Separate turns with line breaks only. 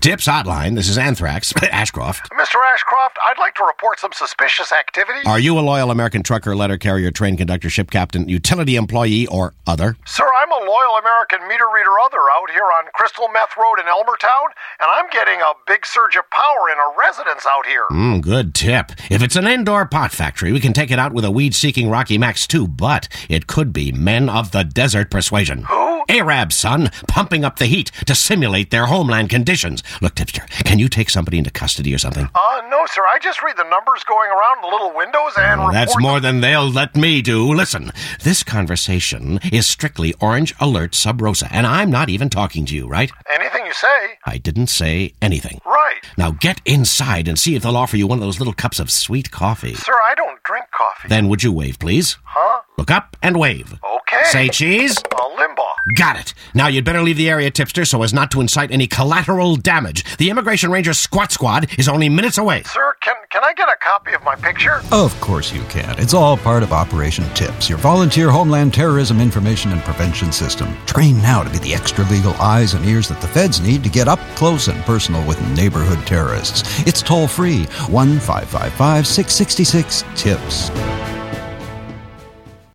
Tips Hotline. This is Anthrax, Ashcroft.
Mr. Ashcroft, I'd like to report some suspicious activity.
Are you a loyal American trucker, letter carrier, train conductor, ship captain, utility employee, or other?
Sir, I'm a loyal American meter reader other out here on Crystal Meth Road in Elmertown, and I'm getting a big surge of power in a residence out here.
Mm, good tip. If it's an indoor pot factory, we can take it out with a weed seeking Rocky Max too, but it could be men of the desert persuasion.
Who?
Arab, son, pumping up the heat to simulate their homeland conditions. Look, tipster, can you take somebody into custody or something?
Uh, no, sir. I just read the numbers going around in the little windows and
Oh,
report
that's
them.
more than they'll let me do. Listen, this conversation is strictly Orange Alert Sub Rosa, and I'm not even talking to you, right?
Anything you say.
I didn't say anything.
Right.
Now get inside and see if they'll offer you one of those little cups of sweet coffee.
Sir, I don't drink coffee.
Then would you wave, please?
huh?
Look up and wave.
Okay.
Say cheese.
A Limbaugh.
Got it. Now you'd better leave the area, tipster, so as not to incite any collateral damage. The Immigration Ranger Squat Squad is only minutes away.
Sir, can, can I get a copy of my picture?
Of course you can. It's all part of Operation TIPS, your volunteer homeland terrorism information and prevention system. Train now to be the extra legal eyes and ears that the feds need to get up close and personal with neighborhood terrorists. It's toll free 1 555 666 TIPS.